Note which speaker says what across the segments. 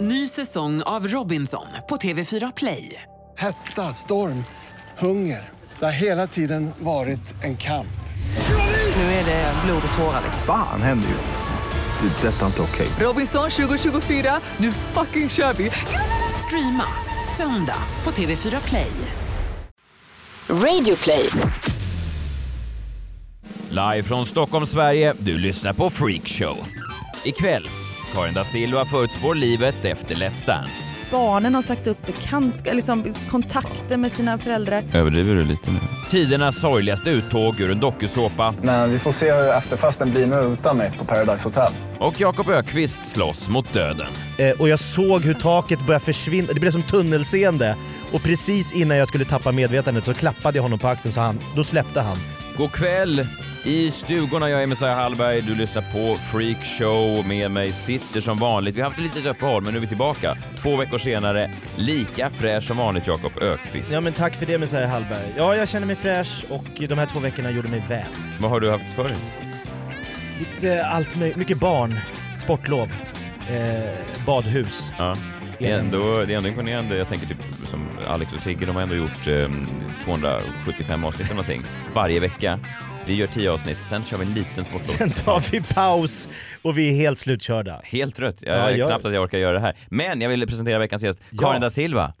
Speaker 1: Ny säsong av Robinson på TV4 Play.
Speaker 2: Hetta, storm, hunger. Det har hela tiden varit en kamp.
Speaker 1: Nu är det blod och tårar.
Speaker 3: Fan händer just nu. Det. är Detta är inte okej.
Speaker 1: Robinson 2024, nu fucking kör vi! Streama söndag på TV4 Play.
Speaker 4: Radio play.
Speaker 5: Live från Stockholm, Sverige. Du lyssnar på Freakshow. Ikväll, Karin da Silva förutspår livet efter Let's Dance.
Speaker 6: Barnen har sagt upp bekantska, liksom, kontakter med sina föräldrar.
Speaker 5: Överdriver du lite nu? Tidernas sorgligaste uttåg ur en dokusåpa
Speaker 7: Men vi får se hur efterfesten blir nu utan mig på Paradise Hotel.
Speaker 5: och Jakob Ökvist slåss mot döden.
Speaker 8: Eh, och jag såg hur taket började försvinna, det blev som tunnelseende. Och precis innan jag skulle tappa medvetandet så klappade jag honom på axeln så han, då släppte han.
Speaker 5: God kväll! I stugorna, jag är Messiah Hallberg, du lyssnar på Freak Show. Med mig sitter som vanligt, vi har haft ett litet uppehåll men nu är vi tillbaka. Två veckor senare, lika fräsch som vanligt Jakob Ökvist.
Speaker 8: Ja men tack för det Messiah Hallberg. Ja jag känner mig fräsch och de här två veckorna gjorde mig väl.
Speaker 5: Vad har du haft för dig?
Speaker 8: Lite eh, allt möjligt, mycket barn, sportlov, eh, badhus.
Speaker 5: Ja. Det är, ändå, det är ändå imponerande. Jag tänker typ som Alex och Sigge, de har ändå gjort eh, 275 avsnitt eller någonting varje vecka. Vi gör 10 avsnitt, sen kör vi en liten sportlov.
Speaker 8: Sen tar vi paus och vi är helt slutkörda.
Speaker 5: Helt trött. Jag
Speaker 8: Ja,
Speaker 5: är
Speaker 8: gör
Speaker 5: knappt
Speaker 8: det.
Speaker 5: att jag orkar göra det här. Men jag ville presentera veckans gäst,
Speaker 8: Ja.
Speaker 5: Karin da Silva.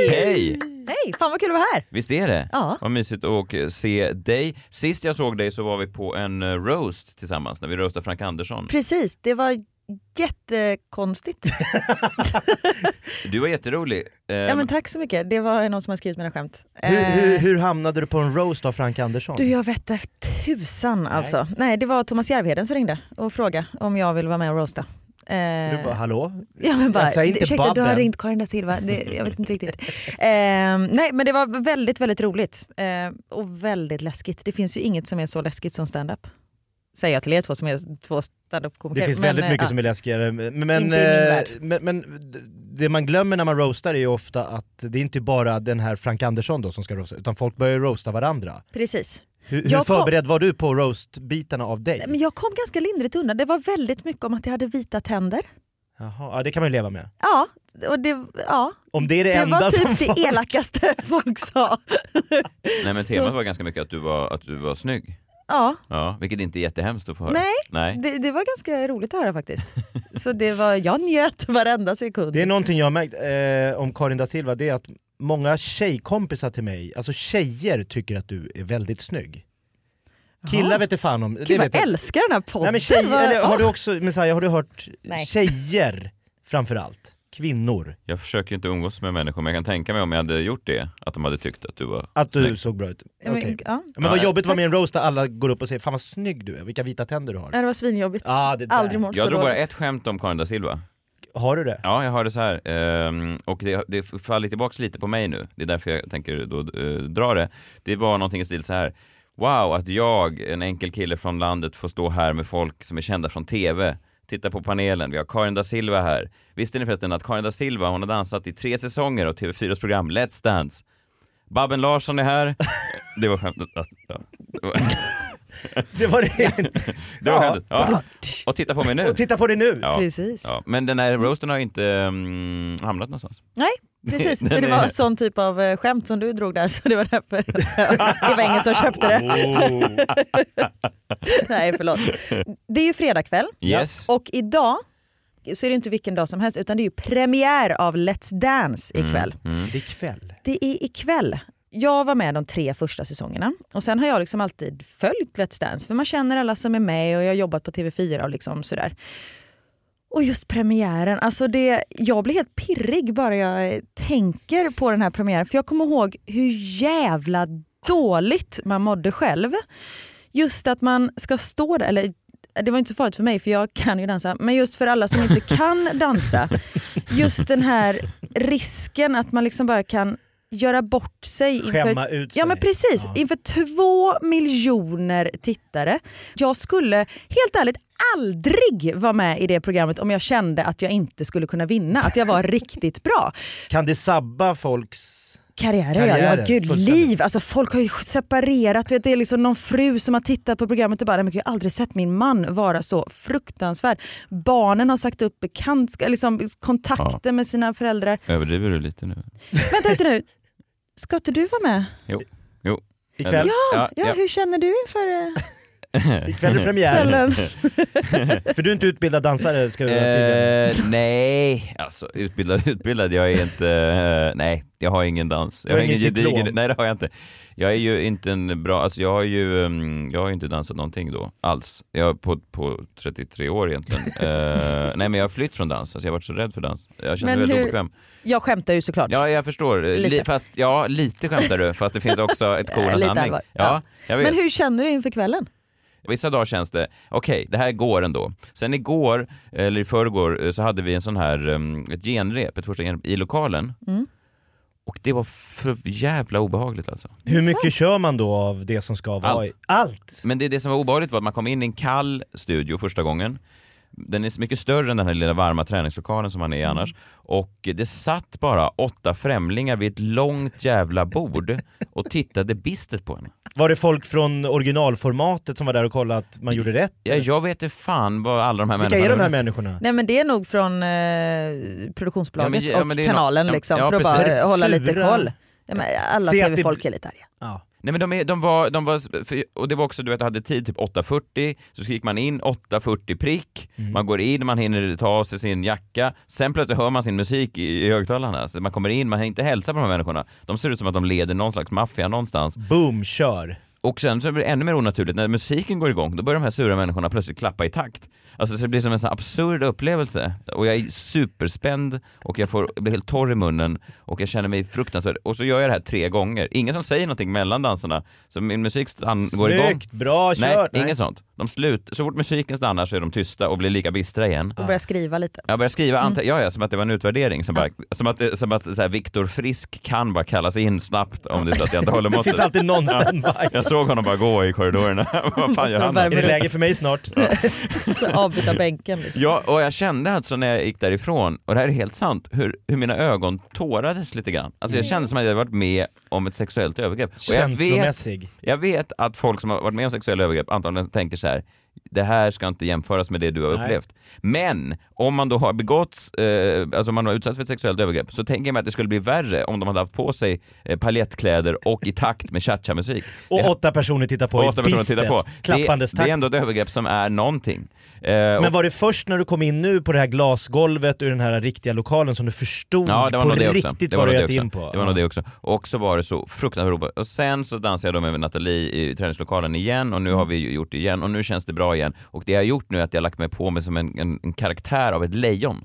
Speaker 6: Hej!
Speaker 5: Hej!
Speaker 6: Hej! Fan vad kul att vara här.
Speaker 5: Visst är det?
Speaker 6: Ja.
Speaker 5: Vad mysigt att eh, se dig. Sist jag såg dig så var vi på en eh, roast tillsammans när vi roastade Frank Andersson.
Speaker 6: Precis, det var jättekonstigt.
Speaker 5: Du var jätterolig. Eh,
Speaker 6: ja, men tack så mycket. Det var någon som har skrivit mina skämt.
Speaker 8: Hur,
Speaker 6: Eh,
Speaker 8: hur, hur hamnade du på en roast av Frank Andersson?
Speaker 6: Du, eh. jag vet inte tusan alltså. Nej, det var Thomas Järvheden som ringde och frågade om jag ville vara med och roasta. Eh,
Speaker 8: Du bara, hallå?
Speaker 6: Ja men bara,
Speaker 8: Jag säger inte
Speaker 6: ursäkta du har
Speaker 8: Babben."
Speaker 6: ringt Karin da Silva, det, jag vet inte riktigt. Ehm, nej men det var väldigt väldigt roligt Ehm, och väldigt läskigt. Det finns ju inget som är så läskigt som stand-up. Säger jag till er två som är två standup-komiker.
Speaker 8: Det finns
Speaker 6: Men,
Speaker 8: väldigt
Speaker 6: eh,
Speaker 8: mycket
Speaker 6: ja.
Speaker 8: som är läskigare. Men, men,
Speaker 6: Inte i min
Speaker 8: eh,
Speaker 6: värld.
Speaker 8: men, men d- det man glömmer när man roastar är ju ofta att det är inte bara den här Frank Andersson då som ska roasta, utan folk börjar ju roasta varandra.
Speaker 6: Precis.
Speaker 8: Hur, hur
Speaker 6: Jag kom-
Speaker 8: förberedd var du på roastbitarna av dig?
Speaker 6: Men jag kom ganska lindrigt undan. Det var väldigt mycket om att jag hade vita tänder.
Speaker 8: Jaha, ja, det kan man ju leva med.
Speaker 6: Ja, och det, ja.
Speaker 8: Om det är det,
Speaker 6: det
Speaker 8: enda
Speaker 6: var
Speaker 8: som
Speaker 6: typ
Speaker 8: folk...
Speaker 6: det elakaste folk sa.
Speaker 5: Nej men
Speaker 6: så-
Speaker 5: temat var ganska mycket att du var, att du var snygg.
Speaker 6: Ja,
Speaker 5: Ja, vilket inte är jättehemskt att få höra.
Speaker 6: Nej.
Speaker 5: Nej.
Speaker 6: det, det var ganska roligt att höra faktiskt. Så det var, jag njöt varenda sekund.
Speaker 8: Det är någonting jag har märkt eh, om Karin da Silva, det är att många tjejkompisar till mig, alltså tjejer tycker att du är väldigt snygg. Killar vet inte fan om... det
Speaker 6: Gud,
Speaker 8: vet
Speaker 6: jag
Speaker 8: jag.
Speaker 6: älskar den här podden.
Speaker 8: Nej, men tjejer,
Speaker 6: Vad-
Speaker 8: eller, har
Speaker 6: åh.
Speaker 8: du också, Messiah, har du hört
Speaker 6: Nej.
Speaker 8: tjejer framförallt? Kvinnor?
Speaker 5: Jag försöker ju inte umgås med människor men jag kan tänka mig om jag hade gjort det, att de hade tyckt att du var
Speaker 8: Att du
Speaker 5: snygg.
Speaker 8: såg bra ut?
Speaker 6: Ja, men,
Speaker 8: Okej.
Speaker 6: ja.
Speaker 8: Men vad
Speaker 5: Ja,
Speaker 8: jobbigt att vara med i en roast där alla går upp och säger “Fan vad snygg du är, vilka vita tänder du har”.
Speaker 6: Nej, Det var svinjobbigt.
Speaker 8: Ah, det där.
Speaker 6: Aldrig mått så
Speaker 5: Jag drog bara
Speaker 6: dåligt.
Speaker 5: ett skämt om Karin da Silva.
Speaker 8: Har du det?
Speaker 5: Ja, jag hörde så här. ehm, och det, det faller tillbaks lite på mig nu. Det är därför jag tänker då, eh, dra det. Det var någonting i stil så här. Wow, att jag, en enkel kille från landet, får stå här med folk som är kända från TV. Titta på panelen, vi har Karin da Silva här. Visste ni förresten att Karin da Silva, hon har dansat i tre säsonger av TV4s program Let's Dance. Babben Larsson är här. Det var skämtet. Ja, ja.
Speaker 8: Det var det
Speaker 5: Det var
Speaker 8: Ja.
Speaker 5: skämtet. Ja. Och titta på mig nu.
Speaker 8: Och titta på det nu!
Speaker 5: Ja.
Speaker 6: Precis.
Speaker 5: Ja. Men den här roasten har ju inte mm, hamnat någonstans.
Speaker 6: Nej, precis.
Speaker 5: Den
Speaker 6: För det
Speaker 5: är-
Speaker 6: var en sån typ av eh, skämt som du drog där så det var därför. det var ingen som köpte det.
Speaker 5: Oh.
Speaker 6: Nej, förlåt. Det är ju fredagkväll
Speaker 5: Yes.
Speaker 6: och idag så är det inte vilken dag som helst utan det är ju premiär av Let's Dance ikväll.
Speaker 5: Mm,
Speaker 8: Det är kväll.
Speaker 6: Det är ikväll. Jag var med de tre första säsongerna och sen har jag liksom alltid följt Let's Dance för man känner alla som är med och jag har jobbat på TV4 och liksom sådär. Och just premiären, alltså det, jag blir helt pirrig bara jag eh, tänker på den här premiären för jag kommer ihåg hur jävla dåligt man mådde själv. Just att man ska stå där, eller det var inte så farligt för mig för jag kan ju dansa, men just för alla som inte kan dansa, just den här risken att man liksom bara kan göra bort sig. inför-
Speaker 8: Skämma ut sig.
Speaker 6: Ja men precis,
Speaker 8: Ja.
Speaker 6: inför två miljoner tittare. Jag skulle helt ärligt aldrig vara med i det programmet om jag kände att jag inte skulle kunna vinna, att jag var riktigt bra.
Speaker 8: Kan det sabba folks...
Speaker 6: Karriärer, ja, ja
Speaker 8: Karriärer,
Speaker 6: gud,
Speaker 8: fullständigt.
Speaker 6: liv. Alltså folk har ju separerat, du vet, det är liksom någon fru som har tittat på programmet och bara, "Nej, men gud, jag har aldrig sett min man vara så fruktansvärd. Barnen har sagt upp bekantska, liksom, kontakter med sina föräldrar.
Speaker 5: Överdriver du lite nu?
Speaker 6: Vänta lite nu, ska inte du vara med?
Speaker 5: Jo.
Speaker 8: Ikväll,
Speaker 5: Ja,
Speaker 6: Ja, hur känner du inför eh,
Speaker 8: ikväll är premiär.
Speaker 6: kvällen?
Speaker 8: För du är inte utbildad dansare ska vi vara tydliga med.
Speaker 5: Eh, nej, alltså utbildad utbildad, jag är inte, eh, nej jag har ingen dans. Jag
Speaker 8: Du
Speaker 5: har
Speaker 8: har
Speaker 5: ingen
Speaker 8: inget diplom.
Speaker 5: gedigen, nej det har jag inte. Jag är ju inte en bra, alltså jag har ju, mm, jag har ju inte dansat någonting då alls. Jag på, på 33 år egentligen. Eh, nej men jag har flytt från dans, alltså jag har varit så rädd för dans. Jag känner mig
Speaker 6: Men
Speaker 5: väldigt
Speaker 6: hur-
Speaker 5: obekväm.
Speaker 6: Jag skämtar ju såklart.
Speaker 5: Ja jag förstår,
Speaker 6: Lite.
Speaker 5: Li, fast ja lite skämtar du, fast det finns också ett korn
Speaker 6: Eh, Lite
Speaker 5: av sanning.
Speaker 6: allvar.
Speaker 5: Ja, jag vet.
Speaker 6: men hur känner du inför kvällen?
Speaker 5: Vissa dagar känns det, okej, det här går ändå. Sen igår, eller i förrgår, eh, så hade vi en sån här, em, ett genrep, ett första genrep i lokalen.
Speaker 6: Mm.
Speaker 5: Och det var för jävla obehagligt alltså.
Speaker 8: Hur mycket kör man då av det som ska vara
Speaker 5: Allt.
Speaker 8: i? Allt!
Speaker 5: Men det, det som var obehagligt var att man kom in i en kall studio första gången. Den är så mycket större än den här lilla varma träningslokalen som man är i
Speaker 8: Mm.
Speaker 5: annars. Och det satt bara åtta främlingar vid ett långt jävla bord och tittade bistet på en.
Speaker 8: Var det folk från originalformatet som var där och kollade att
Speaker 5: Mm.
Speaker 8: man gjorde rätt?
Speaker 5: Jag, jag vet inte fan vad alla de här
Speaker 8: Vilka är
Speaker 5: människorna
Speaker 8: de här människorna?
Speaker 6: Nej men det är nog från
Speaker 5: Ja,
Speaker 6: eh,
Speaker 5: men
Speaker 6: produktionsbolaget
Speaker 5: ge- ja,
Speaker 6: och
Speaker 5: men det är
Speaker 6: kanalen
Speaker 5: nå- ja,
Speaker 6: liksom,
Speaker 5: ja,
Speaker 6: för att bara
Speaker 5: precis.
Speaker 6: eh, hålla lite
Speaker 8: Sura.
Speaker 6: koll. Ja, men alla
Speaker 8: Se att det-
Speaker 6: tv-folk är lite arga.
Speaker 8: Ja.
Speaker 5: Nej men de, är, de var, de var för, och det var också du vet, jag hade tid typ 8.40, så gick man in 8.40 prick, man går in, man hinner ta av sig sin jacka, sen plötsligt hör man sin musik i, i högtalarna. Så man kommer in, man hinner inte hälsa på de här människorna. De ser ut som att de leder någon slags maffia någonstans.
Speaker 8: Boom, kör!
Speaker 5: Och sen så blir det ännu mer onaturligt, när musiken går igång, då börjar de här sura människorna plötsligt klappa i takt. Alltså så det blir som en sån här absurd upplevelse. Och jag är superspänd och jag, får, jag blir helt torr i munnen och jag känner mig fruktansvärd. Och så gör jag det här tre gånger. Ingen som säger någonting mellan danserna. Så min musik stann, går igång.
Speaker 8: Snyggt, bra
Speaker 5: Nej,
Speaker 8: kört!
Speaker 5: inget sånt. De slut, så fort musiken stannar så är de tysta och blir lika bistra igen.
Speaker 6: Och börja skriva lite.
Speaker 5: Jag börjar skriva, anta- ja, ja, som att det var en utvärdering, som, bara, som att, som att så här, Viktor Frisk kan bara kallas in snabbt om det är så att jag inte håller
Speaker 8: Det finns
Speaker 5: måttet.
Speaker 8: alltid någon standby.
Speaker 5: Jag såg honom bara gå i korridorerna. Vad fan gör han?
Speaker 6: Måste
Speaker 8: Är det läge för mig snart?
Speaker 6: Så Avbyta bänken. Liksom.
Speaker 5: Ja, och jag kände alltså när jag gick därifrån, och det här är helt sant, hur, hur mina ögon tårades lite grann. Alltså
Speaker 8: Mm.
Speaker 5: jag kände som att jag hade varit med om ett sexuellt övergrepp. Och jag vet,
Speaker 8: Känslomässig.
Speaker 5: jag vet att folk som har varit med om sexuella övergrepp antagligen tänker så här, det här ska inte jämföras med det du har
Speaker 8: Nej.
Speaker 5: upplevt. Men om man då har begått, eh, alltså om man har utsatts för ett sexuellt övergrepp, så tänker jag mig att det skulle bli värre om de hade haft på sig eh, paljettkläder och i takt med cha-cha-musik. Det-
Speaker 8: Och åtta personer tittar på
Speaker 5: åtta personer tittar på.
Speaker 8: klappandes
Speaker 5: det, det är
Speaker 8: takt.
Speaker 5: ändå ett övergrepp som är någonting. Eh,
Speaker 8: Men var det först när du kom in nu på det här glasgolvet ur den här riktiga lokalen som du förstod
Speaker 5: Ja, det var
Speaker 8: på
Speaker 5: nog det också.
Speaker 8: riktigt
Speaker 5: det
Speaker 8: vad
Speaker 5: var
Speaker 8: du
Speaker 5: nog
Speaker 8: gett
Speaker 5: det
Speaker 8: in
Speaker 5: också.
Speaker 8: på?
Speaker 5: Det var nog det också. Och så var det så fruktansvärt obehagligt. Och sen så dansade jag då med Nathalie i träningslokalen igen och nu har vi ju gjort det igen och nu känns det bra igen. Och det jag har gjort nu är att jag har lagt mig på mig som en, en, en karaktär av ett lejon.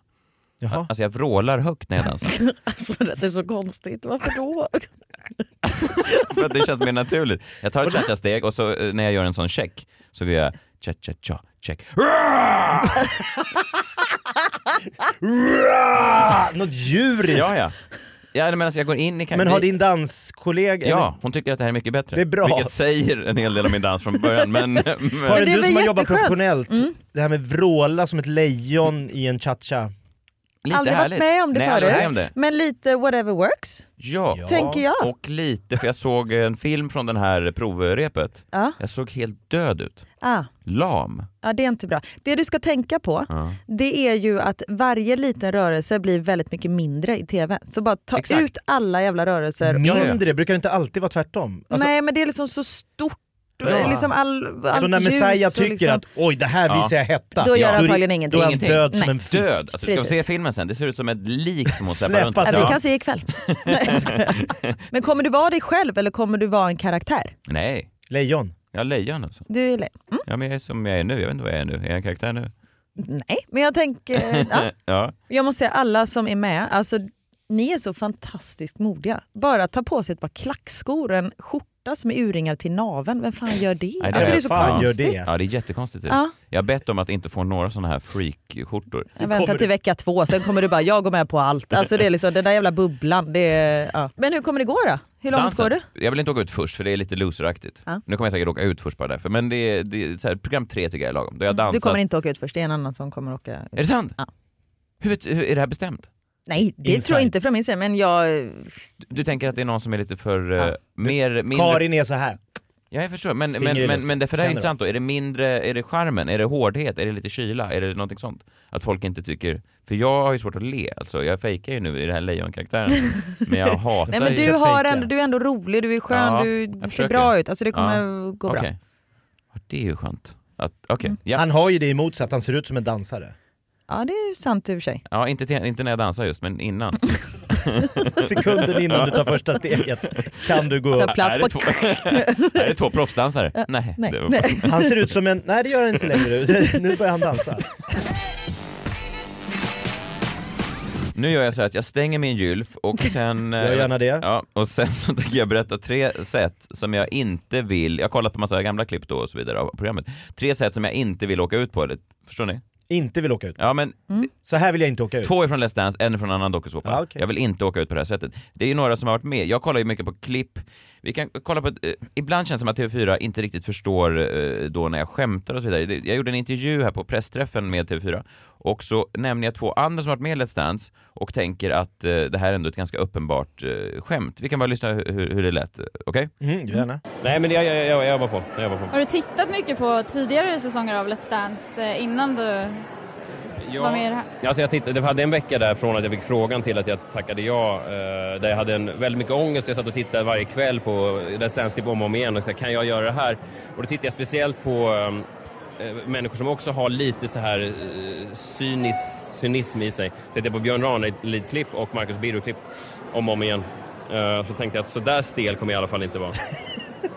Speaker 8: Jaha.
Speaker 5: Alltså jag vrålar högt när jag dansar.
Speaker 6: Alltså, det är så konstigt, varför då?
Speaker 5: För att det känns mer naturligt. Jag tar ett cha-cha-steg och så eh, när jag gör en sån check så gör jag cha-cha-cha, check.
Speaker 8: Ah, något djuriskt!
Speaker 5: Ja, ja. Ja, men alltså jag går in i
Speaker 8: Men har
Speaker 5: det-
Speaker 8: din danskollega...
Speaker 5: Ja, hon tycker att det här är mycket bättre.
Speaker 8: Det är bra.
Speaker 5: Vilket säger en hel del om min dans från början. Men, men...
Speaker 8: Karin,
Speaker 6: det är
Speaker 8: du
Speaker 6: väl
Speaker 8: som har jobbat
Speaker 6: jätteskönt. Mm.
Speaker 8: professionellt, det här med vråla som ett lejon i en cha-cha.
Speaker 5: Lite
Speaker 6: Aldrig varit
Speaker 5: härligt.
Speaker 6: med om det
Speaker 5: Nej, aldrig varit med om
Speaker 6: förut.
Speaker 5: det.
Speaker 6: Men lite whatever works,
Speaker 5: Ja.
Speaker 6: tänker jag.
Speaker 5: Och lite, för jag såg en film från den här provrepet.
Speaker 6: Ja.
Speaker 5: Jag såg helt död ut.
Speaker 6: Ah.
Speaker 5: Lam.
Speaker 6: Ja, det är inte bra. Det du ska tänka på det är ju att varje liten rörelse blir väldigt mycket mindre i tv. Så bara ta
Speaker 5: Exakt.
Speaker 6: ut alla jävla rörelser.
Speaker 5: ja, ja.
Speaker 8: Mindre, brukar det inte alltid vara tvärtom? Alltså,
Speaker 6: Nej men det är liksom så stort,
Speaker 5: Ja.
Speaker 6: liksom all, allt
Speaker 8: så när
Speaker 6: ljus
Speaker 8: Messiah
Speaker 6: och
Speaker 8: tycker
Speaker 6: liksom,
Speaker 8: att oj det här
Speaker 5: Ja.
Speaker 8: visar jag hetta,
Speaker 6: Då gör
Speaker 8: är-
Speaker 6: antagligen ingenting.
Speaker 8: Då är han
Speaker 5: Ingenting.
Speaker 8: död som
Speaker 6: Nej.
Speaker 8: en fisk.
Speaker 5: Död. Alltså, ska vi
Speaker 6: Precis.
Speaker 5: se filmen sen? Det ser ut som ett lik som hon släpar
Speaker 8: Släppa
Speaker 5: runt.
Speaker 8: sig.
Speaker 5: sig.
Speaker 6: ja, vi
Speaker 5: alltså- Ja.
Speaker 6: kan se ikväll. Nej, jag skojar. men kommer du vara dig själv eller kommer du vara en karaktär?
Speaker 5: Nej,
Speaker 8: Lejon.
Speaker 5: jag är lejon alltså.
Speaker 6: Du är le- mm,
Speaker 5: Ja, men jag är som jag är nu. Jag vet inte vad jag är nu. Är jag en karaktär nu?
Speaker 6: Nej, men jag tänker... Ja.
Speaker 5: Ja.
Speaker 6: Jag måste säga alla som är med, alltså, ni är så fantastiskt modiga. Bara ta på sig ett par klackskor och en skjorta som är urringad till naven. Vem fan gör det?
Speaker 5: Nej,
Speaker 6: alltså, det är
Speaker 5: jag
Speaker 6: så
Speaker 5: fan
Speaker 8: gör
Speaker 6: konstigt.
Speaker 8: det.
Speaker 5: Ja, det är jättekonstigt. typ.
Speaker 6: Ja.
Speaker 5: Jag har bett om att inte få några sådana här freak-skjortor.
Speaker 6: Jag väntar till vecka två, sen kommer du bara jag går med på allt. Alltså, det är liksom, den där jävla bubblan. Det är, ja. Men hur kommer det gå då? Hur långt går det?
Speaker 5: Jag vill inte åka ut först för det är lite loseraktigt.
Speaker 6: Ja.
Speaker 5: Nu kommer jag säkert åka ut först bara därför. Men det är, det är så här, program tre tycker jag är
Speaker 6: Mm,
Speaker 5: lagom. Då har jag dansat.
Speaker 6: Du kommer inte åka ut först, det är en annan som kommer åka.
Speaker 5: Är det sant?
Speaker 6: Ja.
Speaker 5: Hur, vet- hur är det här bestämt?
Speaker 6: Nej, det tror
Speaker 8: Inside.
Speaker 6: jag inte från min sida men jag...
Speaker 5: Du tänker att det är någon som är lite för... eh,
Speaker 8: Ja.
Speaker 5: mer, mindre...
Speaker 8: Karin är så här.
Speaker 5: Ja, jag förstår. Men,
Speaker 8: Finger i
Speaker 5: men, men,
Speaker 8: luften.
Speaker 5: men det för det här är
Speaker 8: Känner
Speaker 5: intressant då. Är det mindre, är det charmen? Är det hårdhet? Är det lite kyla? Är det någonting sånt? Att folk inte tycker... För jag har ju svårt att le, alltså. Jag fejkar ju nu i den här lejonkaraktären. men jag hatar
Speaker 6: Nej men
Speaker 5: ju...
Speaker 6: du,
Speaker 8: att
Speaker 6: har
Speaker 8: fejka.
Speaker 6: ändå, du är ändå rolig, du är skön,
Speaker 5: Ja,
Speaker 6: du
Speaker 5: jag
Speaker 6: ser
Speaker 5: försöker.
Speaker 6: bra ut. Alltså det kommer gå bra.
Speaker 5: Okej. Ja, Det är ju skönt. Att- Okej,
Speaker 6: Mm.
Speaker 5: ja.
Speaker 8: Han har ju det emot sig att han ser ut som en dansare.
Speaker 6: Ja det är ju sant i och för sig.
Speaker 5: ja inte, till, inte när jag dansar just, men innan.
Speaker 8: Sekunden innan du tar första steget kan du gå
Speaker 6: Så
Speaker 8: upp.
Speaker 6: här plats
Speaker 5: är,
Speaker 6: på...
Speaker 5: det två, är det två proffsdansare? nej.
Speaker 6: Nej,
Speaker 5: det var-
Speaker 6: nej.
Speaker 8: Han ser ut som en... Nej det gör han inte längre. Nu börjar han dansa.
Speaker 5: Nu gör jag så här att jag stänger min gylf och sen... eh,
Speaker 8: Gör gärna det.
Speaker 5: Ja, och sen så tänker jag berätta tre sätt som jag inte vill... Jag har kollat på massa gamla klipp då och så vidare av programmet. Tre sätt som jag inte vill åka ut på. Det, förstår ni?
Speaker 8: Inte vill åka ut.
Speaker 5: Ja, men
Speaker 6: Mm.
Speaker 8: Så här vill jag inte åka ut.
Speaker 5: två är från Let's Dance, en är från en annan dokusåpa.
Speaker 9: Ah,
Speaker 8: Ja, okej.
Speaker 5: Jag vill inte åka ut på det här sättet. Det är ju några som har varit med. Jag kollar ju mycket på klipp. Vi kan kolla på... ett- eh, ibland känns det som att TV4 inte riktigt förstår eh, då när jag skämtar och så vidare. Det- Jag gjorde en intervju här på pressträffen med TV4 och så nämner jag två andra som har varit med i Let's Dance och tänker att eh, det här är ändå ett ganska uppenbart eh, skämt. Vi kan bara lyssna hur, hur- hur det lät. Okej?
Speaker 8: Mm, gärna.
Speaker 9: Nej men jag, jag, jag, jag jobbar på. Jag jobbar på.
Speaker 10: Har du tittat mycket på tidigare säsonger av Let's Dance eh, innan du
Speaker 9: Jag,
Speaker 10: var med i det här?
Speaker 9: alltså jag tittade, det hade en vecka där från att jag fick frågan till att jag tackade ja. Eh, där jag hade en, väldigt mycket ångest. Jag satt och tittade varje kväll på Let's Dance-klipp om och om igen och sa kan jag göra det här? Och då tittade jag speciellt på eh, människor som också har lite så här eh, cynis, cynism i sig. Så tittade jag på Björn Ranelid-klipp och Marcus Birro-klipp om och om igen. Eh, så tänkte jag att så där stel kommer jag i alla fall inte vara.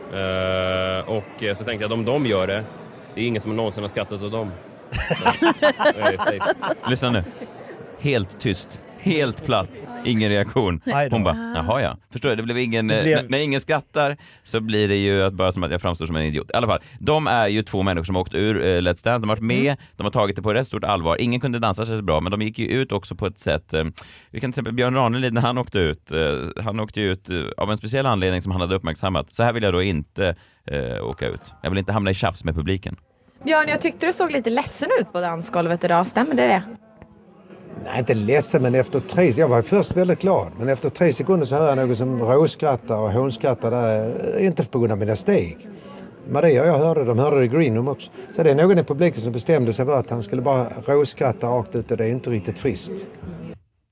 Speaker 9: Eh, och eh, så tänkte jag att om de gör det, det är ingen som någonsin har skrattat åt dem. Så, jag är safe.
Speaker 5: Lyssna nu. Helt tyst. Helt platt. Ingen reaktion.
Speaker 8: Aj då.
Speaker 5: Hon bara, jaha ja. Förstår du, det blev ingen,
Speaker 8: Ah. Det blev-
Speaker 5: n- när ingen skrattar så blir det ju att bara som att jag framstår som en idiot. I alla fall, de är ju två människor som har åkt ur eh, Let's Dance, de har varit med,
Speaker 8: Mm.
Speaker 5: de har tagit det på rätt stort allvar. Ingen kunde dansa så bra, men de gick ju ut också på ett sätt, eh, vi kan till exempel Björn Ranelid när han åkte ut, eh, han åkte ju ut eh, av en speciell anledning som han hade uppmärksammat. Så här vill jag då inte eh, åka ut. Jag vill inte hamna i tjafs med publiken.
Speaker 10: Björn, jag tyckte du såg lite ledsen ut på dansgolvet idag. Stämmer det? det?
Speaker 11: Nej, inte ledsen, men efter tre... Jag var först väldigt glad, men efter tre sekunder så hör jag någon som råskrattar och hånskrattar där. eh, Inte på grund av mina steg. Maria och jag hörde de hörde det i Green Room också. Så det är någon i publiken som bestämde sig för att han skulle bara råskratta rakt ut och det är inte riktigt friskt.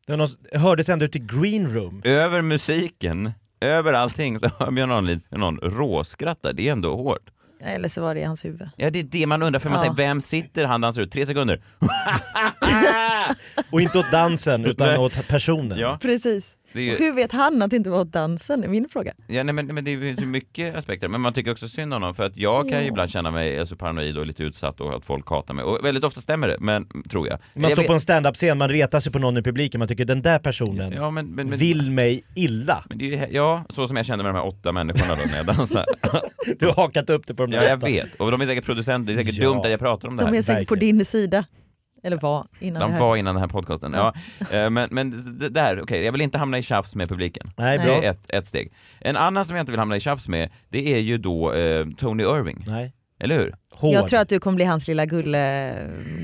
Speaker 8: Det var någon, hördes ända ut i green room.
Speaker 5: över musiken, över allting, så har Björn Ranelid någon råskratta. Det är ändå hårt.
Speaker 6: Eller så var det i hans huvud.
Speaker 5: Ja, det är det man undrar, för man
Speaker 6: Ja.
Speaker 5: tänker, vem sitter han dansar ut? Tre sekunder.
Speaker 8: Och inte åt dansen utan
Speaker 5: Nej.
Speaker 8: åt personen.
Speaker 5: Ja.
Speaker 6: Precis.
Speaker 5: Det är ju-
Speaker 6: Och Hur vet han att det inte var åt dansen? är min fråga.
Speaker 5: Ja, nej, men, men det är ju så mycket aspekter. Men man tycker också synd om honom, för att jag kan ju ibland känna mig alltså, paranoid och lite utsatt och att folk hatar mig. Och väldigt ofta stämmer det, men, tror jag.
Speaker 8: Man
Speaker 5: jag
Speaker 8: står
Speaker 5: vet-
Speaker 8: på en stand-up-scen, man retar sig på någon i publiken, man tycker den där personen
Speaker 5: ja, men, men, men,
Speaker 8: vill mig illa.
Speaker 5: Men det är, ju- ja, så som jag kände med de här åtta människorna då när jag dansade.
Speaker 8: Du har hakat upp det på de där
Speaker 5: ja, jag
Speaker 8: åtta.
Speaker 5: vet. Och de är säkert producenter, det är säkert
Speaker 8: Ja.
Speaker 5: dumt att jag pratar om det här.
Speaker 6: De är säkert på
Speaker 8: verkligen.
Speaker 6: din sida. Eller var innan det
Speaker 5: De
Speaker 6: här.
Speaker 5: var innan den här podcasten. Ja. eh, men, men det där, okej, jag vill inte hamna i tjafs med publiken.
Speaker 8: Nej,
Speaker 5: Det är
Speaker 8: bra.
Speaker 5: ett, ett steg. En annan som jag inte vill hamna i tjafs med, det är ju då eh, Tony Irving.
Speaker 8: Nej.
Speaker 5: Eller hur?
Speaker 8: Hård.
Speaker 6: Jag tror att du kommer bli hans lilla gulle,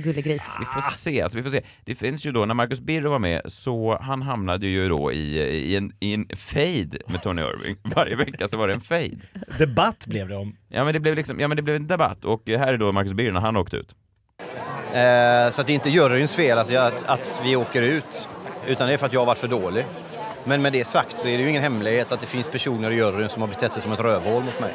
Speaker 6: gullegris.
Speaker 5: Vi
Speaker 8: Ah.
Speaker 5: får se. Alltså, vi får se. Det finns ju då, när Marcus Birro var med, så han hamnade ju då i, i, en, i en fade med Tony Irving. Varje vecka så var det en fade.
Speaker 8: Debatt blev det om.
Speaker 5: Ja men det blev liksom, ja men det blev en debatt och här är då Marcus Birro när han åkte ut.
Speaker 11: så det är inte juryns fel att, vi åker ut, utan det är för att jag har varit för dålig. Men med det sagt så är det ju ingen hemlighet att det finns personer i juryn som har betett sig som ett rövhål mot mig.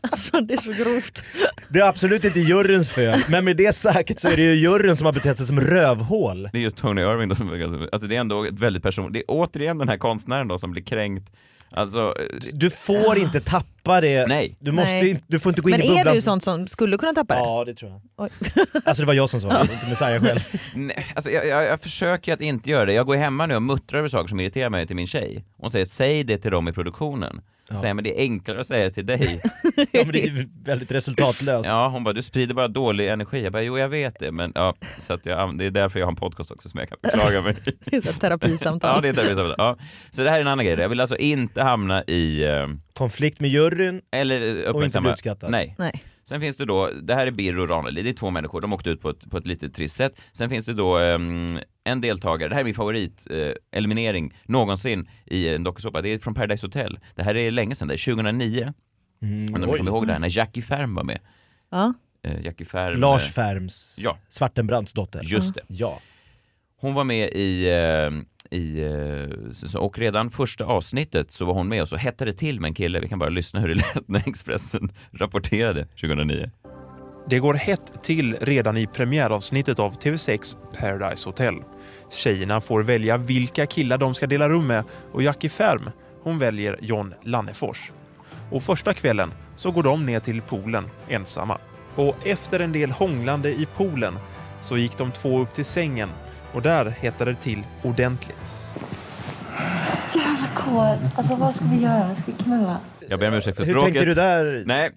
Speaker 6: Alltså det är så grovt.
Speaker 8: Det är absolut inte juryns fel, men med det sagt så är det ju juryn som har betett sig som rövhål.
Speaker 5: Det är just Tony Irving då som är ganska- alltså det är ändå ett väldigt personligt, det är återigen den här konstnären då som blir kränkt. Alltså, eh,
Speaker 8: Du får inte tappa det.
Speaker 5: Nej.
Speaker 8: Du, måste
Speaker 6: Nej.
Speaker 8: Inte, du får inte gå in
Speaker 6: Men
Speaker 8: i bubblan.
Speaker 6: är du sånt som skulle kunna tappa det?
Speaker 8: Ja, det tror jag.
Speaker 6: Oj.
Speaker 8: Alltså det var jag som sa det, inte Messiah själv.
Speaker 5: nej, alltså jag, jag, jag försöker att inte göra det. Jag går hemma nu och muttrar över saker som irriterar mig till min tjej. Hon säger säg det till dem i produktionen. Ja. Säger jag, men det är enklare att säga till dig.
Speaker 8: Ja, men det är ju väldigt resultatlöst.
Speaker 5: Ja, hon bara du sprider bara dålig energi. Jag bara jo jag vet det men ja, så att jag, det är därför jag har en podcast också som jag kan beklaga mig i.
Speaker 6: Det är så här terapisamtal.
Speaker 5: Ja, det är därför jag sa det. ja. Så det här är en annan grej. Jag vill alltså inte hamna i eh,
Speaker 8: Konflikt med juryn
Speaker 5: Eller eh,
Speaker 8: och inte bli
Speaker 5: uppmärksamma...
Speaker 8: utskattad.
Speaker 5: Nej.
Speaker 6: Nej.
Speaker 5: Sen finns det då, det här är Birro och Ranelid, det är två människor, de åkte ut på ett, på ett lite trist sätt. Sen finns det då ehm, en deltagare, det här är min favorit eh, eliminering någonsin i en dokusåpa, det är från Paradise Hotel. Det här är länge sedan, det är 2009,
Speaker 8: Mm,
Speaker 5: om ni kommer ihåg det här, när Jackie Färm var med.
Speaker 6: Ja.
Speaker 5: Eh, Jackie Färm,
Speaker 8: Lars
Speaker 5: eh,
Speaker 8: Färms
Speaker 5: Ja.
Speaker 8: Svartenbrandts dotter.
Speaker 5: just det.
Speaker 8: Ja.
Speaker 5: Hon var med i, eh, i eh, säsong- och redan första avsnittet så var hon med och så hettade det till med en kille. Vi kan bara lyssna hur det lät när Expressen rapporterade 2009.
Speaker 12: Det går hett till redan i premiäravsnittet av TV6 Paradise Hotel. Tjejerna får välja vilka killar de ska dela rum med och Jackie Färm, hon väljer John Lannefors. Och första kvällen så går de ner till poolen ensamma. Och efter en del hånglande i poolen så gick de två upp till sängen och där hettade det till ordentligt.
Speaker 13: Jävla kåt. Alltså vad ska vi göra? Ska vi knulla?
Speaker 5: Jag ber om ursäkt för
Speaker 8: Hur
Speaker 5: språket.
Speaker 8: tänkte du där?
Speaker 5: Nej,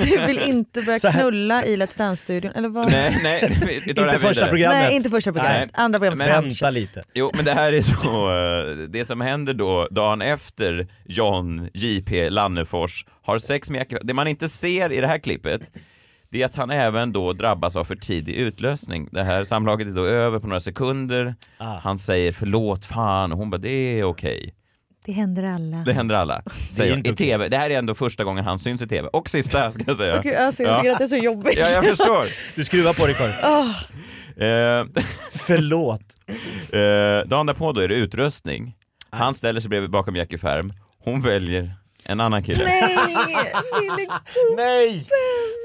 Speaker 6: Du vill inte börja
Speaker 8: Så här-
Speaker 6: knulla i Let's Dance-studion? Eller vad?
Speaker 5: nej, nej. vi- vi tar det här
Speaker 8: Inte första
Speaker 5: vidare.
Speaker 8: programmet.
Speaker 6: Nej, inte första programmet. Andra programmet
Speaker 5: Men-
Speaker 6: kanske.
Speaker 8: Vänta lite.
Speaker 5: Jo, men det här är så, eh, det som händer då dagen efter John JP Lannefors har sex med Jackie Det man inte ser i det här klippet, det är att han även då drabbas av för tidig utlösning. Det här samlaget är då över på några sekunder.
Speaker 8: Ah.
Speaker 5: Han säger förlåt fan och hon bara det är okej.
Speaker 6: Det händer alla.
Speaker 5: Det händer alla. Säger hon.
Speaker 8: inte
Speaker 5: I
Speaker 8: okej.
Speaker 5: TV. Det här är ändå första gången han syns i TV. Och sista ska jag säga.
Speaker 6: Gud, alltså, jag
Speaker 5: Ja.
Speaker 6: tycker att det är så jobbigt.
Speaker 5: Ja, jag förstår.
Speaker 8: Du skruvar på dig Karin.
Speaker 5: Eh,
Speaker 8: Förlåt.
Speaker 5: Eh, dagen därpå då är det utröstning.
Speaker 8: Ah.
Speaker 5: Han ställer sig bredvid bakom Jackie Färm. Hon väljer en annan kille.
Speaker 6: Nej, lille
Speaker 8: Nej!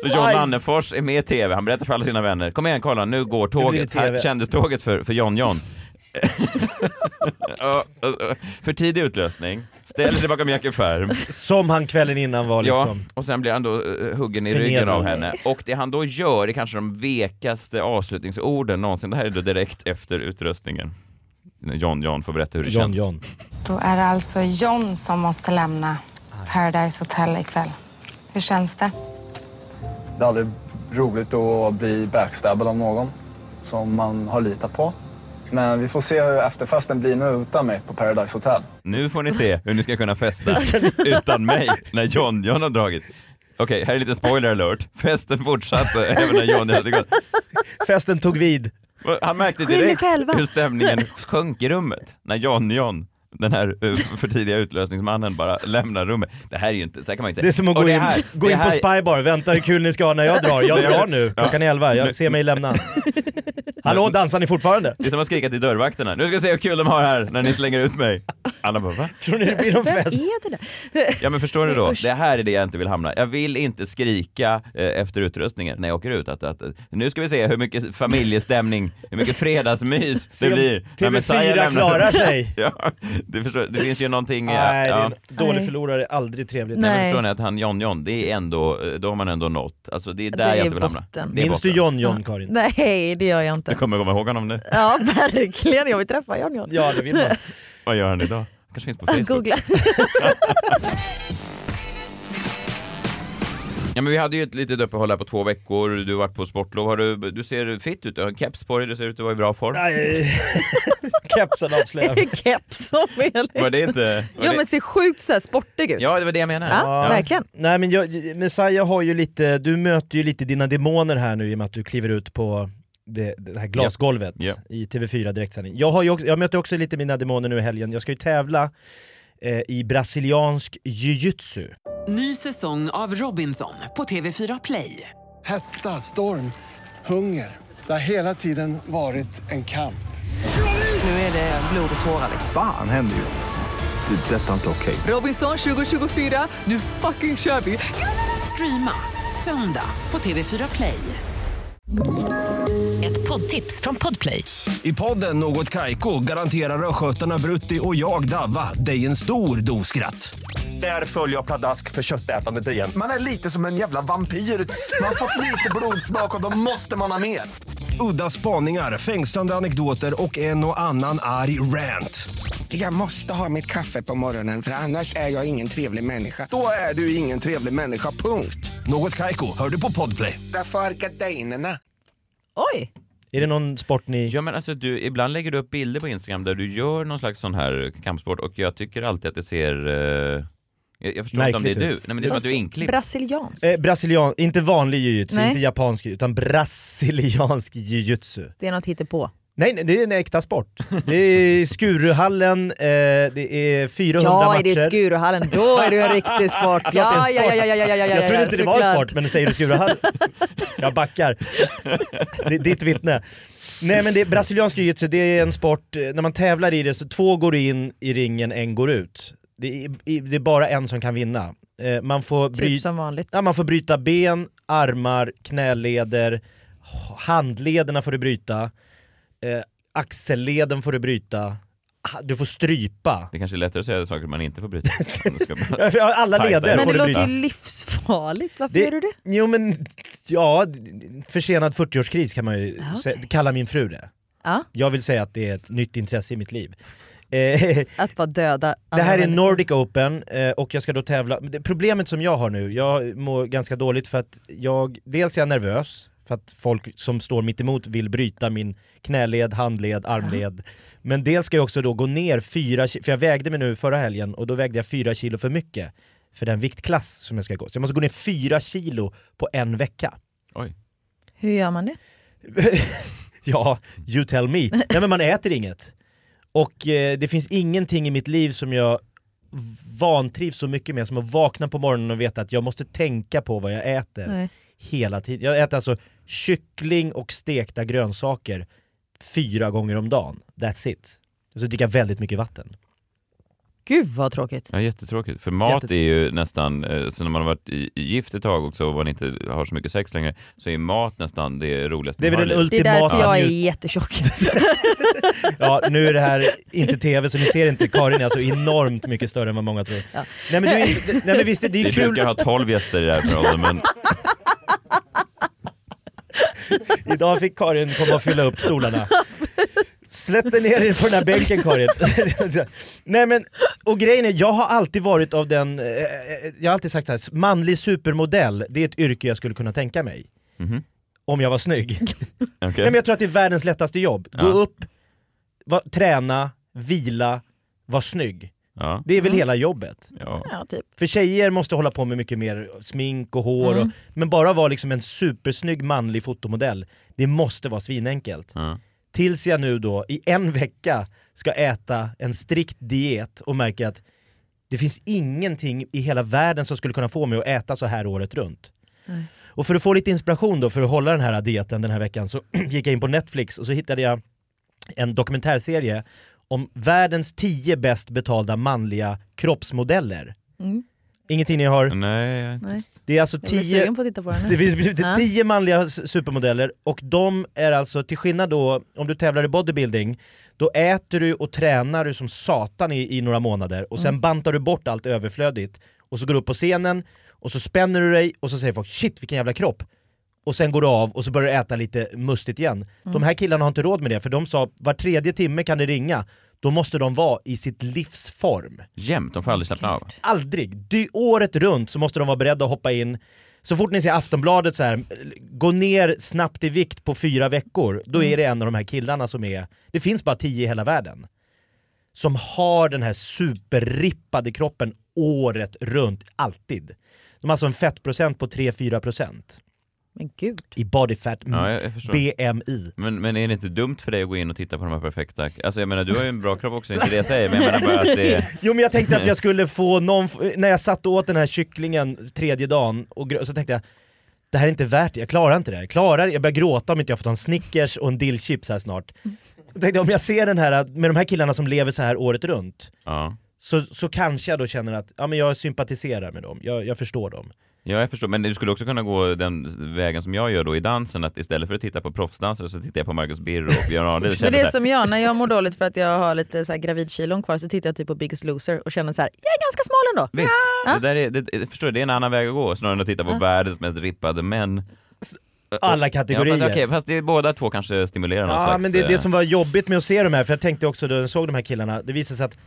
Speaker 5: Så John
Speaker 8: Aj.
Speaker 5: Lannefors är med i TV. Han berättar för alla sina vänner. Kom igen, kolla, nu går
Speaker 8: blir det
Speaker 5: tåget.
Speaker 8: TV.
Speaker 5: Här kändes tåget för, för John John. Ja, eh, eh, för tidig utlösning. Ställer sig bakom Jackie Färm.
Speaker 8: Som han kvällen innan var
Speaker 5: Ja,
Speaker 8: liksom.
Speaker 5: och sen blir han då eh, huggen i
Speaker 8: Förnedrad.
Speaker 5: ryggen av henne. Och det han då gör är kanske de vekaste avslutningsorden någonsin. Det här är då direkt efter utröstningen. John John får berätta hur det
Speaker 8: John
Speaker 5: känns.
Speaker 8: John.
Speaker 14: Då är det alltså John som måste lämna Paradise Hotel ikväll. Hur känns det?
Speaker 7: Det är aldrig roligt att bli backstabbad av någon som man har litat på. Men vi får se hur efterfesten blir nu utan mig på Paradise Hotel.
Speaker 5: Nu får ni se hur ni ska kunna festa utan mig när John John har dragit. Okej, här är lite spoiler alert. Festen fortsatte även när John hade gått.
Speaker 8: Festen tog vid.
Speaker 5: Han märkte
Speaker 6: Skyll er
Speaker 5: direkt
Speaker 6: själva.
Speaker 5: hur stämningen sjönk i rummet när John John den här eh, för tidiga utlösningsmannen bara lämnar rummet. Det här är ju inte, så här kan man ju inte.
Speaker 8: Det är som att
Speaker 5: Och
Speaker 8: gå in,
Speaker 5: här-
Speaker 8: gå
Speaker 5: det
Speaker 8: in på
Speaker 5: här-
Speaker 8: Spybar, vänta hur kul ni ska ha när jag drar. Jag drar nu, klockan är elva, jag ser mig lämna. Hallå, dansar ni fortfarande?
Speaker 5: Det är som att skrika till dörrvakterna. Nu ska vi se hur kul de har här när ni slänger ut mig. Alla bara va?
Speaker 8: Tror ni det blir någon
Speaker 6: Vem
Speaker 8: fest?
Speaker 6: är det där?
Speaker 5: Ja men förstår du då,
Speaker 6: Usch.
Speaker 5: det här är det jag inte vill hamna Jag vill inte skrika eh, efter utrustningen när jag åker ut att, att eh, nu ska vi se hur mycket familjestämning, hur mycket fredagsmys det blir när Messiah
Speaker 8: TV4
Speaker 5: lämnar.
Speaker 8: klarar sig.
Speaker 5: Ja, du förstår, det finns ju någonting... eh,
Speaker 8: Nej, det är
Speaker 5: ja.
Speaker 8: en dålig
Speaker 6: Nej.
Speaker 8: förlorare, är aldrig trevligt.
Speaker 5: Nej men
Speaker 6: Nej.
Speaker 5: förstår ni att han John John, det är ändå, eh, då har man ändå nått. Alltså det är där
Speaker 6: Det är
Speaker 5: jag inte vill hamna.
Speaker 6: botten.
Speaker 5: Det är
Speaker 8: Minns du
Speaker 5: botten.
Speaker 8: John John Karin?
Speaker 6: Nej, det gör jag
Speaker 5: Du
Speaker 6: inte.
Speaker 5: kommer komma ihåg honom nu?
Speaker 6: Ja, verkligen. Jag vill träffa Jan Jan.
Speaker 8: Ja, det vill man.
Speaker 5: Vad gör han idag? Han kanske finns på Facebook?
Speaker 6: Googla.
Speaker 5: Ja men vi hade ju ett litet uppehåll här på två veckor, du har varit på sportlov, har du, du ser fit ut, du har en keps på dig, du ser ut att vara i bra form.
Speaker 8: Nej. Kepsen avslöjar.
Speaker 6: Keps som helhet.
Speaker 5: Var det inte... Var
Speaker 6: Jo
Speaker 5: det...
Speaker 6: men ser sjukt så här sportig ut.
Speaker 5: Ja, det var det jag menade.
Speaker 6: Ja, verkligen.
Speaker 8: Nej men jag, Messiah har ju lite, du möter ju lite dina demoner här nu i och med att du kliver ut på det, det här glasgolvet
Speaker 5: Ja.
Speaker 8: i TV4 direktsändning. Jag, har ju också, jag möter också lite mina demoner nu i helgen, jag ska ju tävla eh, i brasiliansk jiu-jitsu.
Speaker 1: Ny säsong av Robinson på TV4 Play.
Speaker 2: Hetta, storm, hunger. Det har hela tiden varit en kamp.
Speaker 1: Nu är det blod och tårar. liksom.
Speaker 3: Fan händer just det. Det är detta inte okej.
Speaker 1: Robinson 2024, nu fucking kör vi! Streama söndag på TV4 Play.
Speaker 4: Ett poddtips från Podplay.
Speaker 15: I podden Något Kaiko garanterar östgötarna Brutti och jag, Davva, dig en stor dos skratt. Där följer jag pladask för köttätandet igen.
Speaker 16: Man är lite som en jävla vampyr. Man har fått lite blodsmak och då måste man ha mer.
Speaker 15: Udda spaningar, fängslande anekdoter och en och annan arg rant.
Speaker 17: Jag måste ha mitt kaffe på morgonen för annars är jag ingen trevlig människa.
Speaker 16: Då är du ingen trevlig människa, punkt. Något Kaiko, hör du på podplay.
Speaker 17: Därför är gardinerna.
Speaker 6: Oj!
Speaker 8: Är det någon sport ni...
Speaker 5: Ja men alltså du, ibland lägger du upp bilder på Instagram där du gör någon slags sån här kampsport och jag tycker alltid att det ser eh, Jag, jag förstår inte om det är du. Nej, men det är som att du är inklippt.
Speaker 6: Brasiliansk.
Speaker 8: Eh, brasilian, inte vanlig jujutsu,
Speaker 6: Nej.
Speaker 8: inte japansk utan brasiliansk jujutsu.
Speaker 6: Det är något hittepå.
Speaker 8: Nej, nej, det är en äkta sport. Det är Skuruhallen, eh, det är 400
Speaker 6: Ja,
Speaker 8: matcher.
Speaker 6: är det Skuruhallen, då är det en riktig sport.
Speaker 8: Klart det är en
Speaker 6: Ja,
Speaker 8: sport.
Speaker 6: ja, ja, ja, ja, ja, ja, ja,
Speaker 8: jag trodde
Speaker 6: ja,
Speaker 8: inte det var en
Speaker 6: såklart.
Speaker 8: sport, men säger du Skuruhallen? jag backar. D- ditt vittne. Nej men det är brasiliansk jiu-jitsu, det är en sport, eh, när man tävlar i det så två går in i ringen, en går ut. Det är, i- det är bara en som kan vinna. Eh, Man får, bry-
Speaker 6: Typ som vanligt.
Speaker 8: ja, man får bryta ben, armar, knäleder, h- handlederna får du bryta, eh, axelleden får du bryta, Ah, du får strypa.
Speaker 5: Det kanske är lättare att säga saker man inte får bryta. Om det ska bara-
Speaker 8: Ja, Alla
Speaker 5: Tajta
Speaker 8: leder
Speaker 5: ihop.
Speaker 8: får
Speaker 6: Men det
Speaker 8: du
Speaker 6: låter
Speaker 8: bryta.
Speaker 6: ju livsfarligt, varför
Speaker 8: Det-
Speaker 6: gör du det?
Speaker 8: Jo men, ja, d- försenad 40-årskris kan man ju
Speaker 6: Ja,
Speaker 8: sä-
Speaker 6: okej.
Speaker 8: kalla min fru det.
Speaker 6: Ja.
Speaker 8: Jag vill säga att det är ett nytt intresse i mitt liv. Eh,
Speaker 6: Att bara döda
Speaker 8: Det här är
Speaker 6: andra
Speaker 8: Nordic Open eh, och jag ska då tävla. Men det- Problemet som jag har nu, jag mår ganska dåligt för att jag, dels är jag nervös för att folk som står mitt emot vill bryta min knäled, handled, armled. Men dels ska jag också då gå ner fyra, ki- för jag vägde mig nu förra helgen och då vägde jag fyra kilo för mycket för den viktklass som jag ska gå. Så jag måste gå ner fyra kilo på en vecka.
Speaker 6: Hur gör man det?
Speaker 8: Ja, you tell me. Nej men man äter inget. Och eh, det finns ingenting i mitt liv som jag vantrivs så mycket med som att vakna på morgonen och veta att jag måste tänka på vad jag äter
Speaker 6: Nej.
Speaker 8: hela tiden. Jag äter alltså kyckling och stekta grönsaker fyra gånger om dagen. That's it. Och så dricker jag väldigt mycket vatten.
Speaker 6: Gud vad tråkigt.
Speaker 5: Ja, jättetråkigt. För mat
Speaker 8: Jättetråkigt.
Speaker 5: är ju nästan, eh, så när man har varit i- i gift ett tag också och man inte har så mycket sex längre, så är mat nästan det roligaste
Speaker 8: Det är
Speaker 5: man
Speaker 8: väl
Speaker 5: har i
Speaker 8: den
Speaker 5: livet.
Speaker 6: Det är därför
Speaker 8: Ultimata
Speaker 6: jag är
Speaker 8: njut-
Speaker 6: jättetjock.
Speaker 8: Ja, nu är det här inte tv så ni ser inte, Karin är alltså enormt mycket större än vad många tror.
Speaker 6: Ja.
Speaker 8: Nej men, du, är- nej, men visst, det är ju
Speaker 5: Vi
Speaker 8: kul.
Speaker 5: brukar ha 12 gäster i det här förhållandet, men
Speaker 8: Idag fick Karin komma och fylla upp stolarna. Släpp dig ner på den här bänken Karin. Nej men, och grejen är, jag har alltid varit av den, eh, eh, jag har alltid sagt så här, manlig supermodell, det är ett yrke jag skulle kunna tänka mig.
Speaker 5: Mhm.
Speaker 8: Om jag var snygg.
Speaker 5: Okej.
Speaker 8: Mm-hmm. Nej, men jag tror att det är världens lättaste jobb. Gå
Speaker 5: Ja.
Speaker 8: upp, va, träna, vila, vara snygg.
Speaker 5: ja.
Speaker 8: Det är väl
Speaker 6: Mm.
Speaker 8: hela jobbet.
Speaker 5: Ja.
Speaker 6: Ja, typ.
Speaker 8: För tjejer måste hålla på med mycket mer smink och hår,
Speaker 6: Mm.
Speaker 8: och, men bara vara liksom en supersnygg manlig fotomodell, det måste vara svinenkelt.
Speaker 5: Ja.
Speaker 8: Tills jag nu då i en vecka ska äta en strikt diet och märker att det finns ingenting i hela världen som skulle kunna få mig att äta så här året runt.
Speaker 6: Nej.
Speaker 8: Och för att få lite inspiration då för att hålla den här dieten den här veckan så gick jag in på Netflix och så hittade jag en dokumentärserie om världens tio bäst betalda manliga kroppsmodeller.
Speaker 6: Mm.
Speaker 8: Ingenting ni har,
Speaker 5: Nej,
Speaker 6: Nej.
Speaker 8: det är alltså
Speaker 6: Mm. Jag blir
Speaker 8: tio,
Speaker 6: sugen på att titta på den
Speaker 8: det
Speaker 6: nu.
Speaker 8: finns det är
Speaker 6: Ja.
Speaker 8: tio manliga s- supermodeller och de är alltså, till skillnad då, om du tävlar i bodybuilding, då äter du och tränar du som satan i, i några månader och sen
Speaker 6: Mm.
Speaker 8: bantar du bort allt överflödigt och så går du upp på scenen och så spänner du dig och så säger folk shit vilken jävla kropp och sen går du av och så börjar du äta lite mustigt igen.
Speaker 6: Mm.
Speaker 8: De här killarna har inte råd med det för de sa var tredje timme kan det ringa, då måste de vara i sitt livsform.
Speaker 5: Jämt, de får aldrig slappna av.
Speaker 8: Aldrig! Dy året runt så måste de vara beredda att hoppa in. Så fort ni ser Aftonbladet så här, gå ner snabbt i vikt på fyra veckor, då
Speaker 5: Mm.
Speaker 8: är det en av de här killarna som är, det finns bara tio i hela världen, som har den här superrippade kroppen året runt, alltid. De har alltså en fettprocent på 3-4%
Speaker 6: Men gud.
Speaker 8: i body fat
Speaker 5: Ja, jag, jag förstår.
Speaker 8: BMI.
Speaker 5: Men, men är det inte dumt för dig att gå in och titta på de här perfekta? Alltså jag menar, du har ju en bra kropp också, det är inte det jag säger, men jag menar bara att det är...
Speaker 8: Jo men jag tänkte att jag skulle få någon, när jag satt och åt den här kycklingen tredje dagen och grö- så tänkte jag det här är inte värt det, jag klarar inte det. här. Jag, klarar, jag börjar gråta om inte jag får ta en Snickers och en dillchips här snart. Jag tänkte om jag ser den här, med de här killarna som lever så här året runt,
Speaker 5: Ja.
Speaker 8: så, så kanske jag då känner att ja, men jag sympatiserar med dem, jag, jag förstår dem.
Speaker 5: ja, jag förstår. Men du skulle också kunna gå den vägen som jag gör då i dansen, att istället för att titta på proffsdansare så tittar jag på Marcus Birro och Björn Ranelid och
Speaker 6: Men det
Speaker 5: känner
Speaker 6: är
Speaker 5: så här,
Speaker 6: som jag, när jag mår dåligt för att jag har lite så här gravidkilon kvar så tittar jag typ på Biggest Loser och känner så här, jag är ganska smal ändå.
Speaker 5: Visst, det där är, det- det, förstår du, det är en annan väg att gå snarare än att titta på
Speaker 6: Ja.
Speaker 5: världens mest rippade män.
Speaker 8: Alla
Speaker 5: Ja,
Speaker 8: kategorier.
Speaker 5: fast, okej, fast det är båda två kanske stimulerar någon
Speaker 8: Ja
Speaker 5: slags...
Speaker 8: men det är det
Speaker 5: eh,
Speaker 8: som var jobbigt med att se de här, för jag tänkte också då jag såg de här killarna, det visade sig att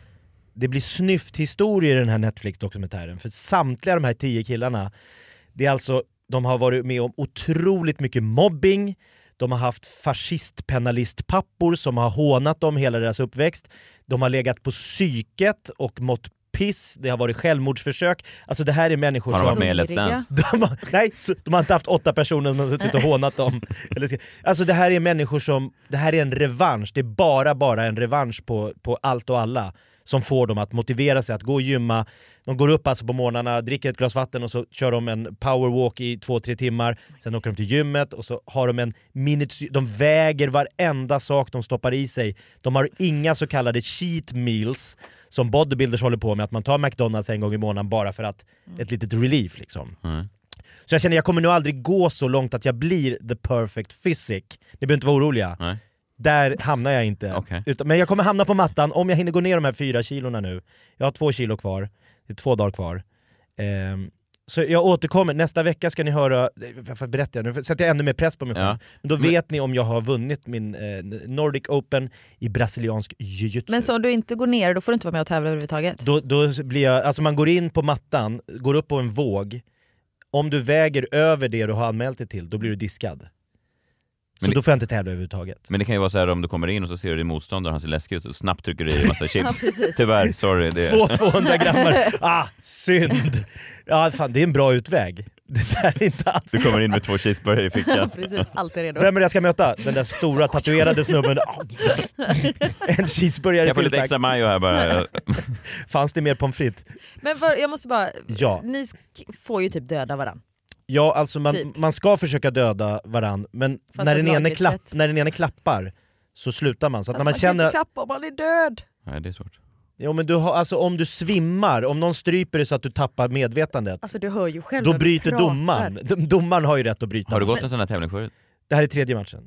Speaker 8: det blir snyfthistorier i den här Netflix-dokumentären, för samtliga de här tio killarna, det är alltså, de har varit med om otroligt mycket mobbing, de har haft fascistpenalistpappor som har hånat dem hela deras uppväxt, de har legat på psyket och mått piss, det har varit självmordsförsök. Alltså det här är människor
Speaker 5: Har de
Speaker 8: som...
Speaker 5: varit med i Let's Dance?
Speaker 8: De har, nej, så- de har inte haft åtta personer som har suttit och hånat dem. Eller så- Alltså det här är människor som... Det här är en revansch. Det är bara, bara en revansch på, på allt och alla som får dem att motivera sig att gå och gymma. De går upp alltså på morgnarna, dricker ett glas vatten och så kör de en powerwalk i två, tre timmar. Sen åker de till gymmet och så har de en minut... De väger varenda sak de stoppar i sig. De har inga så kallade cheat meals som bodybuilders håller på med, att man tar McDonalds en gång i månaden bara för att ett litet relief liksom.
Speaker 5: Mm.
Speaker 8: Så jag känner, jag kommer nog aldrig gå så långt att jag blir the perfect physic. Ni behöver inte vara oroliga. Där hamnar jag inte. Utan, men jag kommer hamna på mattan om jag hinner gå ner de här fyra kilorna nu. Jag har två kilo kvar, det är två dagar kvar. Ehm, så jag återkommer, nästa vecka ska ni höra, varför berättar jag nu? För- Sätter jag ännu mer press på mig själv.
Speaker 5: Ja.
Speaker 8: Men då
Speaker 5: Men-
Speaker 8: vet ni om jag har vunnit min eh, Nordic Open i brasiliansk jiu-jitsu.
Speaker 6: Men så om du inte går ner, då får du inte vara med och tävla överhuvudtaget?
Speaker 8: Då, då blir jag, alltså man går in på mattan, går upp på en våg. Om du väger över det du har anmält dig till, då blir du diskad. Så
Speaker 5: Men det-
Speaker 8: då får jag inte tävla överhuvudtaget.
Speaker 5: Men det kan ju vara så här om du kommer in och så ser du din motståndare, han ser läskig ut, så snabbt trycker du i en massa chips.
Speaker 8: precis.
Speaker 5: Tyvärr, sorry. Det...
Speaker 8: Två 200 grammar. Ah, synd! Ja, fan, det är en bra utväg. Det där är inte alls...
Speaker 5: Du kommer in med två cheeseburgare i fickan.
Speaker 6: Precis, alltid redo.
Speaker 8: Vem är det jag ska möta? Den där stora tatuerade snubben. Ah, En cheeseburgare
Speaker 5: Kan jag få
Speaker 8: till,
Speaker 5: lite
Speaker 8: tack.
Speaker 5: extra mayo här bara?
Speaker 8: Fanns det mer pommes frites?
Speaker 6: Men vad- jag måste bara,
Speaker 8: Ja.
Speaker 6: ni sk- får ju typ döda varandra.
Speaker 8: Ja, alltså man,
Speaker 6: Typ.
Speaker 8: man ska försöka döda varann, men
Speaker 6: Fast
Speaker 8: när
Speaker 6: på ett
Speaker 8: den, ene
Speaker 6: lagligt
Speaker 8: klapp, när den ene klappar så slutar man. Så att när man,
Speaker 6: kan
Speaker 8: känner
Speaker 6: inte
Speaker 8: att,
Speaker 6: klappa om Alltså, man är död.
Speaker 5: Nej, det är svårt.
Speaker 8: jo, men du har, alltså, om du svimmar, om någon stryper dig så att du tappar medvetandet,
Speaker 6: Alltså du hör ju själv
Speaker 8: då
Speaker 6: när du
Speaker 8: bryter
Speaker 6: pratar.
Speaker 8: domaren. Dom- Domaren har ju rätt att bryta.
Speaker 5: Har du gått
Speaker 8: Men-
Speaker 5: en sån här tävling förut?
Speaker 8: Det här är tredje matchen.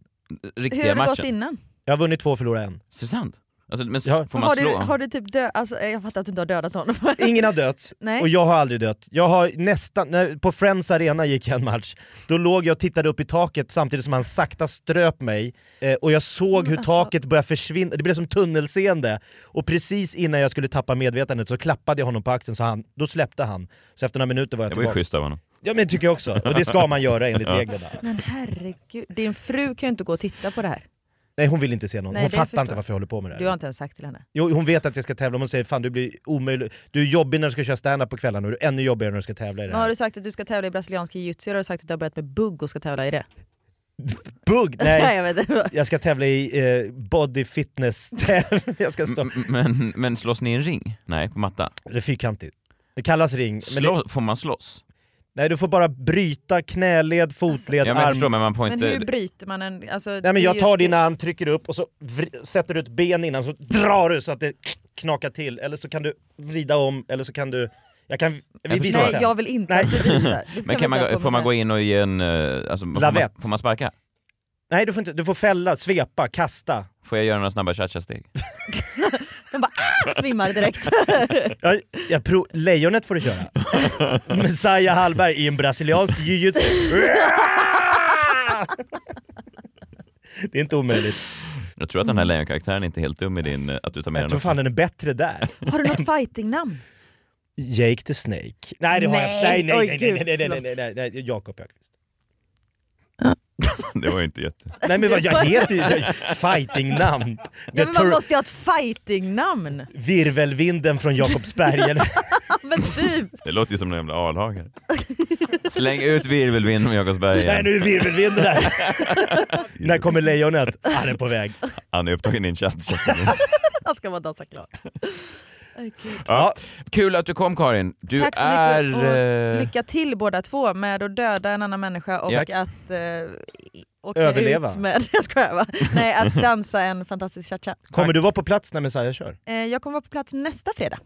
Speaker 5: Riktiga
Speaker 6: Hur har det gått
Speaker 5: matchen?
Speaker 6: innan?
Speaker 8: Jag har vunnit två och förlorat en.
Speaker 5: Så sant? Alltså, men s- får
Speaker 6: har,
Speaker 5: man
Speaker 6: du,
Speaker 5: slå?
Speaker 6: har du typ dö- alltså, jag fattar att du inte har dödat någon.
Speaker 8: Ingen har dött
Speaker 6: Nej.
Speaker 8: och jag har aldrig dött. Jag har nästan, när, på Friends arena gick jag en match, då låg jag och tittade upp i taket samtidigt som han sakta ströp mig eh, och jag såg hur
Speaker 6: alltså-
Speaker 8: taket började försvinna, det blev som tunnelseende. Och precis innan jag skulle tappa medvetandet så klappade jag honom på axeln så han, då släppte han. Så efter några minuter var jag
Speaker 5: Det var ju
Speaker 8: tillbaka.
Speaker 5: schysst av honom.
Speaker 8: Ja men det tycker jag också, och det ska man göra enligt
Speaker 5: Ja.
Speaker 8: reglerna.
Speaker 6: Men herregud, din fru kan ju inte gå och titta på det här.
Speaker 8: Nej hon vill inte se någon,
Speaker 6: Nej,
Speaker 8: hon
Speaker 6: det
Speaker 8: fattar
Speaker 6: förstår
Speaker 8: inte
Speaker 6: jag.
Speaker 8: varför jag håller på med det här.
Speaker 6: Du har inte ens sagt till henne.
Speaker 8: Jo, hon vet att jag ska tävla, men hon säger fan du blir omöjlig, du är jobbig när du ska köra stand-up på kvällarna och du är ännu jobbigare när du ska tävla i det
Speaker 6: Men
Speaker 8: här.
Speaker 6: har du sagt att du ska tävla i brasiliansk jiu-jitsu eller har du sagt att du har börjat med bugg och ska tävla i det?
Speaker 8: Bugg? Nej.
Speaker 6: Nej, jag vet inte.
Speaker 8: Jag ska tävla i eh, body fitness tävling. Jag ska
Speaker 5: Mm,
Speaker 8: stå.
Speaker 5: Men, men slåss ni i en ring? Nej, på matta?
Speaker 8: Det är fyrkantigt. Det kallas ring.
Speaker 5: mm. Slå, får man slåss?
Speaker 8: Nej du får bara bryta knäled, fotled,
Speaker 5: Ja, men jag
Speaker 8: arm.
Speaker 5: förstår, men man får
Speaker 6: Men hur bryter man en... Alltså,
Speaker 8: Nej men jag tar din arm, trycker upp och så vri- sätter du ett ben innan så drar du så att det knakar till. Eller så kan du vrida om, eller så kan du... Jag kan... Vi
Speaker 5: förstår.
Speaker 8: visar
Speaker 5: Nej,
Speaker 8: sen.
Speaker 6: Jag vill inte
Speaker 8: alltså. Nej.
Speaker 6: att du visar. Det
Speaker 5: Men kan
Speaker 6: vi säga
Speaker 5: man,
Speaker 6: på
Speaker 5: får man
Speaker 6: mig
Speaker 5: gå in och ge en... eh, Alltså, får, man,
Speaker 8: Lavett.
Speaker 5: får man sparka?
Speaker 8: Nej du får inte, du får fälla, svepa, kasta.
Speaker 5: Får jag göra några snabba cha-cha-steg?
Speaker 6: sen. "Ah!" Svimmar direkt.
Speaker 8: Jag, jag prov, lejonet får du köra. Messiah Hallberg i en brasiliansk jiu-jitsu. Det är inte omöjligt.
Speaker 5: Jag tror att den här lejonkaraktären inte är helt dum i din... eh, Att du tar med
Speaker 8: Jag
Speaker 5: den
Speaker 8: tror
Speaker 5: också.
Speaker 8: fan den är bättre där.
Speaker 6: Har du något fightingnamn?
Speaker 8: Jake the Snake. Nej det har jag
Speaker 6: Nej.
Speaker 8: nej, nej,
Speaker 6: Oj,
Speaker 8: nej,
Speaker 6: gud,
Speaker 8: nej, nej, nej, nej,
Speaker 6: förlåt.
Speaker 8: nej, nej, nej, Jakob Högqvist.
Speaker 5: Det var ju inte jätte...
Speaker 8: Nej men vad, jag heter ju jag- fightingnamn. The
Speaker 6: Ja, men man
Speaker 8: Tur-
Speaker 6: måste ju ha ett fightingnamn!
Speaker 8: Virvelvinden från Jakobsberg. eller-
Speaker 6: men typ!
Speaker 5: Det låter ju som en jävla alhagare. Släng ut virvelvind om Jakobsberg igen.
Speaker 8: nej nu är virvelvinden där. När kommer lejonet? Han är på väg.
Speaker 5: Han är upptagen i en chatt.
Speaker 6: Jag ska bara dansa klart.
Speaker 5: ja. Kul att du kom Karin. Du
Speaker 6: Tack så
Speaker 5: är...
Speaker 6: mycket
Speaker 5: eh,
Speaker 6: och lycka till båda två med att döda en annan människa och
Speaker 5: Tack.
Speaker 6: att eh, i- åka
Speaker 8: Överleva.
Speaker 6: ut med... Jag skojar va? Nej, att dansa en fantastisk cha-cha.
Speaker 8: Kommer du vara på plats när Messiah kör?
Speaker 6: Eh, jag kommer vara på plats nästa fredag.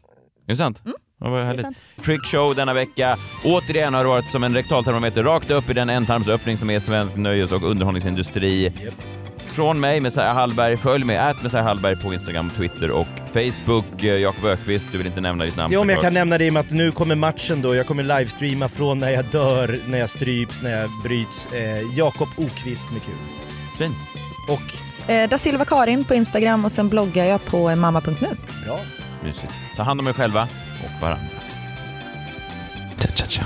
Speaker 5: Är det sant? Ja, vad härligt.
Speaker 6: Mm. sant.
Speaker 5: Freakshow denna vecka. Återigen har det varit som en rektaltermometer rakt upp i den ändtarmsöppning som är svensk nöjes och underhållningsindustri. Från mig, Messiah Hallberg. Följ med, ät Messiah Hallberg på Instagram, Twitter och Facebook. Eh, Jakob Ökvist, du vill inte nämna ditt namn
Speaker 8: Jo men jag
Speaker 5: såklart.
Speaker 8: kan nämna det i och med att nu kommer matchen då. Jag kommer livestreama från när jag dör, när jag stryps, när jag bryts. Eh, Jakob Okvist med kul.
Speaker 5: Fint.
Speaker 8: Och
Speaker 6: Eh, da Silva Karin på Instagram och sen bloggar jag på eh, mamma.nu.
Speaker 8: bra.
Speaker 5: Mysigt. Ta hand om er själva och varandra. Tja, tja, tja.